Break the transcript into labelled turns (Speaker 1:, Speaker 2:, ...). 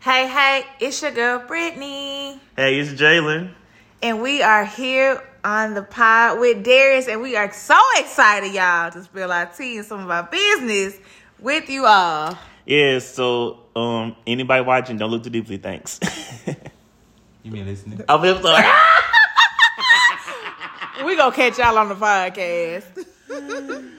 Speaker 1: Hey, hey, it's your girl Brittany,
Speaker 2: Hey, it's Jalen.
Speaker 1: and we are here on the pod with Darius, and we are so excited, y'all, to spill our tea and some of our business with you all.
Speaker 2: Yeah, so um, anybody watching, don't look too deeply. Thanks.
Speaker 3: You mean listening?
Speaker 2: I'm just like,
Speaker 1: We gonna catch y'all on the podcast.